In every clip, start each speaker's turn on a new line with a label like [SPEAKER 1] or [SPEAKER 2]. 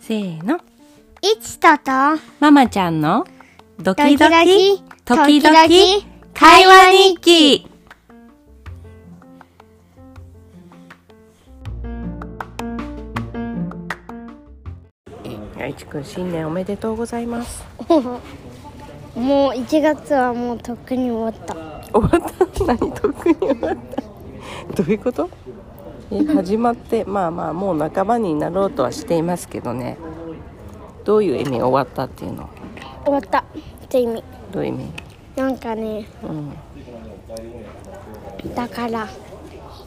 [SPEAKER 1] せーの。
[SPEAKER 2] いちとと、
[SPEAKER 1] ママちゃんのドキド
[SPEAKER 2] ド
[SPEAKER 1] キ、時
[SPEAKER 2] キドキ
[SPEAKER 1] 々、会話日記。愛知くん新年おめでとうございます。
[SPEAKER 2] もう1月はもうとっくに終わった。
[SPEAKER 1] 終わった何特に終わった。どういうこと？え始まってまあまあもう半ばになろうとはしていますけどね。どういう意味終わったっていうの？
[SPEAKER 2] 終わったって意味。
[SPEAKER 1] どういう意味？
[SPEAKER 2] なんかね、
[SPEAKER 1] うん。
[SPEAKER 2] だから、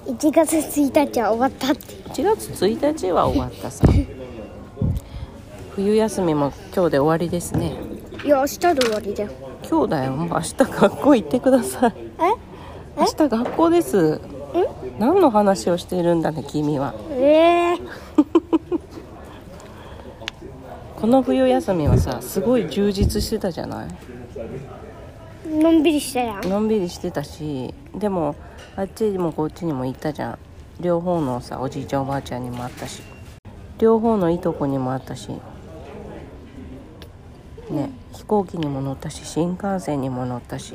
[SPEAKER 2] 1月1日は終わったって。
[SPEAKER 1] 1月1日は終わったさ冬休みも今日で終わりですね
[SPEAKER 2] いや、明日で終わりだよ。
[SPEAKER 1] 今日だよもう明日学校行ってください明日学校です何の話をしているんだね君は
[SPEAKER 2] ええー、
[SPEAKER 1] この冬休みはさすごい充実してたじゃない
[SPEAKER 2] のんびりしたやん。
[SPEAKER 1] のんびりしてたしでもあっちにもこっちにも行ったじゃん両方のさおじいちゃんおばあちゃんにも会ったし両方のいとこにも会ったしね飛行機にも乗ったし新幹線にも乗ったし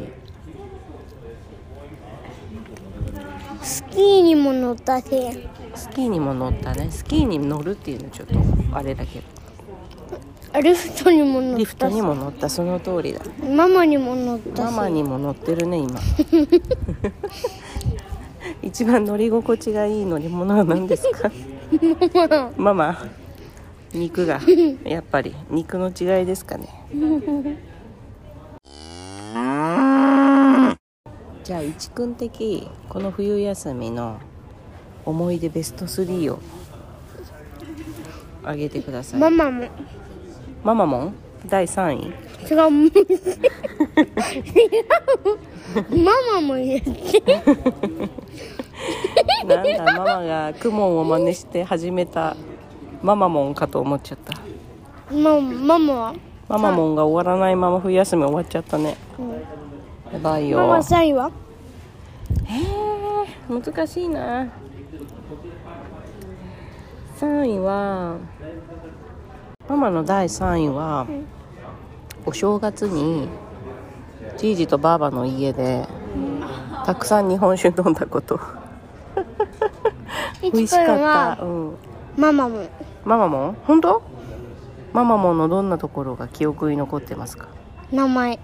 [SPEAKER 2] スキーにも乗ったし、
[SPEAKER 1] スキーにも乗ったねスキーに乗るっていうのはちょっとあれだけど
[SPEAKER 2] リフトにも乗
[SPEAKER 1] リ
[SPEAKER 2] っ
[SPEAKER 1] フト
[SPEAKER 2] た
[SPEAKER 1] に
[SPEAKER 2] し、
[SPEAKER 1] も乗ったその通りだ
[SPEAKER 2] ママにも乗った
[SPEAKER 1] マ
[SPEAKER 2] し、
[SPEAKER 1] マにも乗ってるね今一番乗り心地がいい乗り物は何ですかママ肉 がやっぱり肉の違いですかねじゃあ一君的この冬休みの思い出ベスト3をあげてください
[SPEAKER 2] ママも。
[SPEAKER 1] ママもん第3位
[SPEAKER 2] 違う、もう違う。ママも 言って。
[SPEAKER 1] なんだママがクモンを真似して始めたママモンかと思っちゃった
[SPEAKER 2] ママママは
[SPEAKER 1] ママモンが終わらないまま冬休み終わっちゃったねやばい
[SPEAKER 2] ママ
[SPEAKER 1] よ
[SPEAKER 2] 3位は
[SPEAKER 1] えー難しいな3位はママの第3位はお正月にじいじとばあばの家でたくさん日本酒飲んだこと美
[SPEAKER 2] い
[SPEAKER 1] 味
[SPEAKER 2] ち
[SPEAKER 1] し
[SPEAKER 2] くん
[SPEAKER 1] かっ
[SPEAKER 2] は
[SPEAKER 1] た、うん、
[SPEAKER 2] ママも
[SPEAKER 1] ママも本当ママものどんなところが記憶に残ってますか
[SPEAKER 2] 名前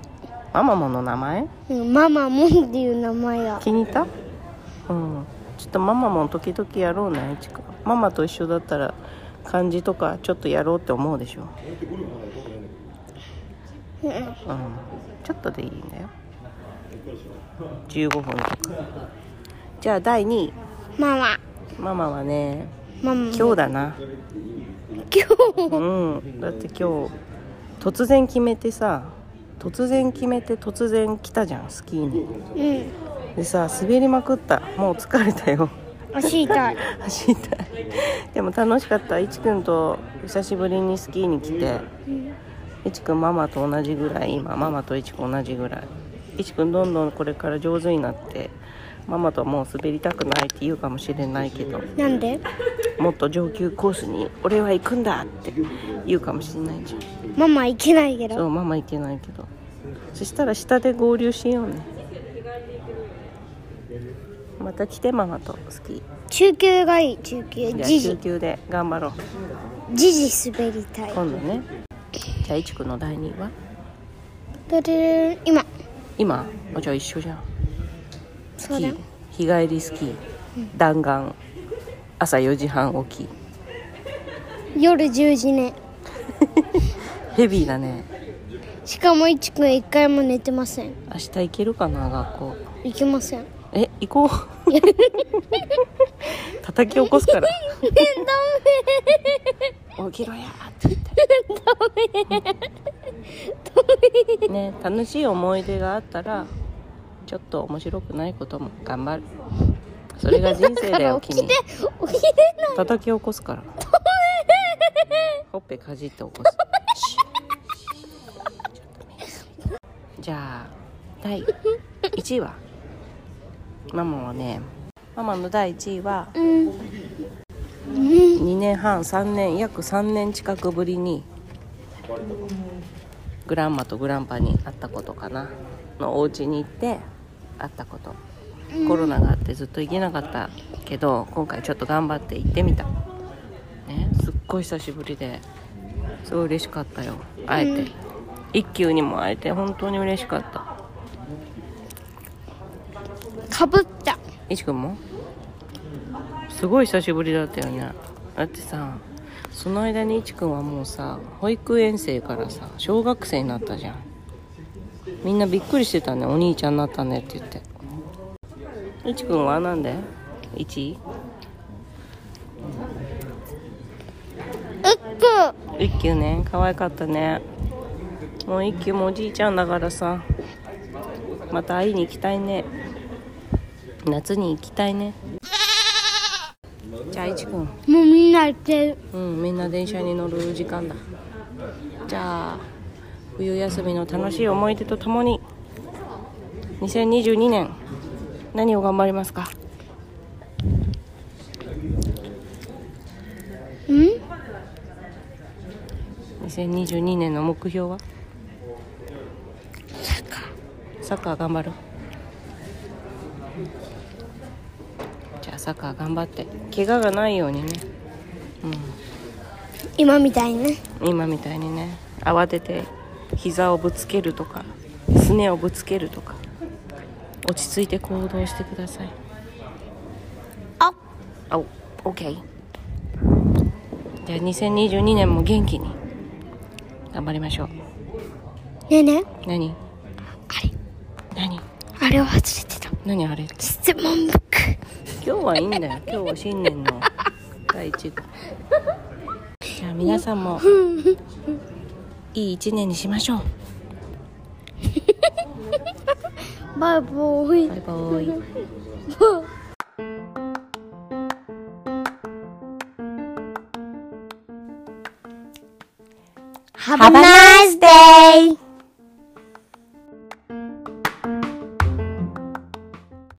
[SPEAKER 1] ママもの名前
[SPEAKER 2] うんママもんっていう名前が
[SPEAKER 1] 気に入ったうんちょっとママも時々やろうねいちかママと一緒だったら漢字とかちょっとやろうって思うでしょ
[SPEAKER 2] うん
[SPEAKER 1] うんちょっとでいいんだよ15分とかじゃあ第2位
[SPEAKER 2] ママ
[SPEAKER 1] ママはね
[SPEAKER 2] ママ
[SPEAKER 1] 今日だな
[SPEAKER 2] 今日
[SPEAKER 1] うんだって今日突然決めてさ突然決めて突然来たじゃんスキーに
[SPEAKER 2] うん
[SPEAKER 1] でさ滑りまくったもう疲れたよ
[SPEAKER 2] 足痛い
[SPEAKER 1] 走りたいでも楽しかったいちくんと久しぶりにスキーに来ていちくんママと同じぐらい今ママといちくん同じぐらいいちくんどんどんこれから上手になってママとはもう滑りたくないって言うかもしれないけど
[SPEAKER 2] なんで
[SPEAKER 1] もっと上級コースに俺は行くんだって言うかもしれないじゃん
[SPEAKER 2] ママいけないけ
[SPEAKER 1] そ
[SPEAKER 2] ど
[SPEAKER 1] うママ行けないけどそしたら下で合流しようねまた来てママとスキー
[SPEAKER 2] 中級がいい中級
[SPEAKER 1] じゃあ
[SPEAKER 2] じ
[SPEAKER 1] 中
[SPEAKER 2] じ
[SPEAKER 1] 級で頑張ろう
[SPEAKER 2] じじ滑りたい
[SPEAKER 1] 今度ねじゃあいちくんの第2位は
[SPEAKER 2] どれる今
[SPEAKER 1] 今あじゃあ一緒じゃんスキ
[SPEAKER 2] そうだ
[SPEAKER 1] ー
[SPEAKER 2] よ
[SPEAKER 1] 日帰りスキー弾丸朝4時半起き
[SPEAKER 2] 夜10時ね
[SPEAKER 1] ヘビーだね
[SPEAKER 2] しかもいちくん一回も寝てません
[SPEAKER 1] 明日行けるかな学校
[SPEAKER 2] 行けません
[SPEAKER 1] え行こう 叩き起こすから
[SPEAKER 2] えダメ
[SPEAKER 1] 起きろやって言ってね楽しい思い出があったらちょっと面白くないことも頑張るそれが人生だよ君
[SPEAKER 2] 起きれない
[SPEAKER 1] 叩き起こすからほっぺかじって起こすじゃあ第1位はママはねママの第1位は
[SPEAKER 2] うん
[SPEAKER 1] 2年半3年約3年近くぶりにグランマとグランパに会ったことかなのお家に行って会ったことコロナがあってずっと行けなかったけど今回ちょっと頑張って行ってみたねすっごい久しぶりですごい嬉しかったよ会えて一休にも会えて本当に嬉しかった
[SPEAKER 2] かぶった
[SPEAKER 1] いちくんもすごい久しぶりだったよねだってさその間にいちくんはもうさ保育園生からさ小学生になったじゃんみんなびっくりしてたねお兄ちゃんになったねって言っていちくんはなんで ?1 位
[SPEAKER 2] うっく
[SPEAKER 1] 一休ね可愛かったねもう一休もおじいちゃんだからさまた会いに行きたいね夏に行きたいねじゃあいちくん
[SPEAKER 2] もうみんな言ってる
[SPEAKER 1] うん、みんな電車に乗る時間だじゃあ冬休みの楽しい思い出とともに2022年何を頑張りますか
[SPEAKER 2] うん
[SPEAKER 1] 2022年の目標はサッカーサッカー頑張るじゃあサッカー頑張って怪我がないようにね
[SPEAKER 2] 今みたいね
[SPEAKER 1] 今みたいにね慌てて膝をぶつけるとかすねをぶつけるとか落ち着いて行動してください
[SPEAKER 2] あ
[SPEAKER 1] あ、オッケーじゃあ2022年も元気に頑張りましょう
[SPEAKER 2] ねえねえ
[SPEAKER 1] 何
[SPEAKER 2] あれ
[SPEAKER 1] 何
[SPEAKER 2] あれを忘れてた
[SPEAKER 1] 何あれ
[SPEAKER 2] 質問ブック
[SPEAKER 1] 今日はいいんだよ今日は新年の第一号じゃあ皆さんもいい一年にしましょう
[SPEAKER 2] バイバイ
[SPEAKER 1] バイバイ
[SPEAKER 2] ハバナイスデイ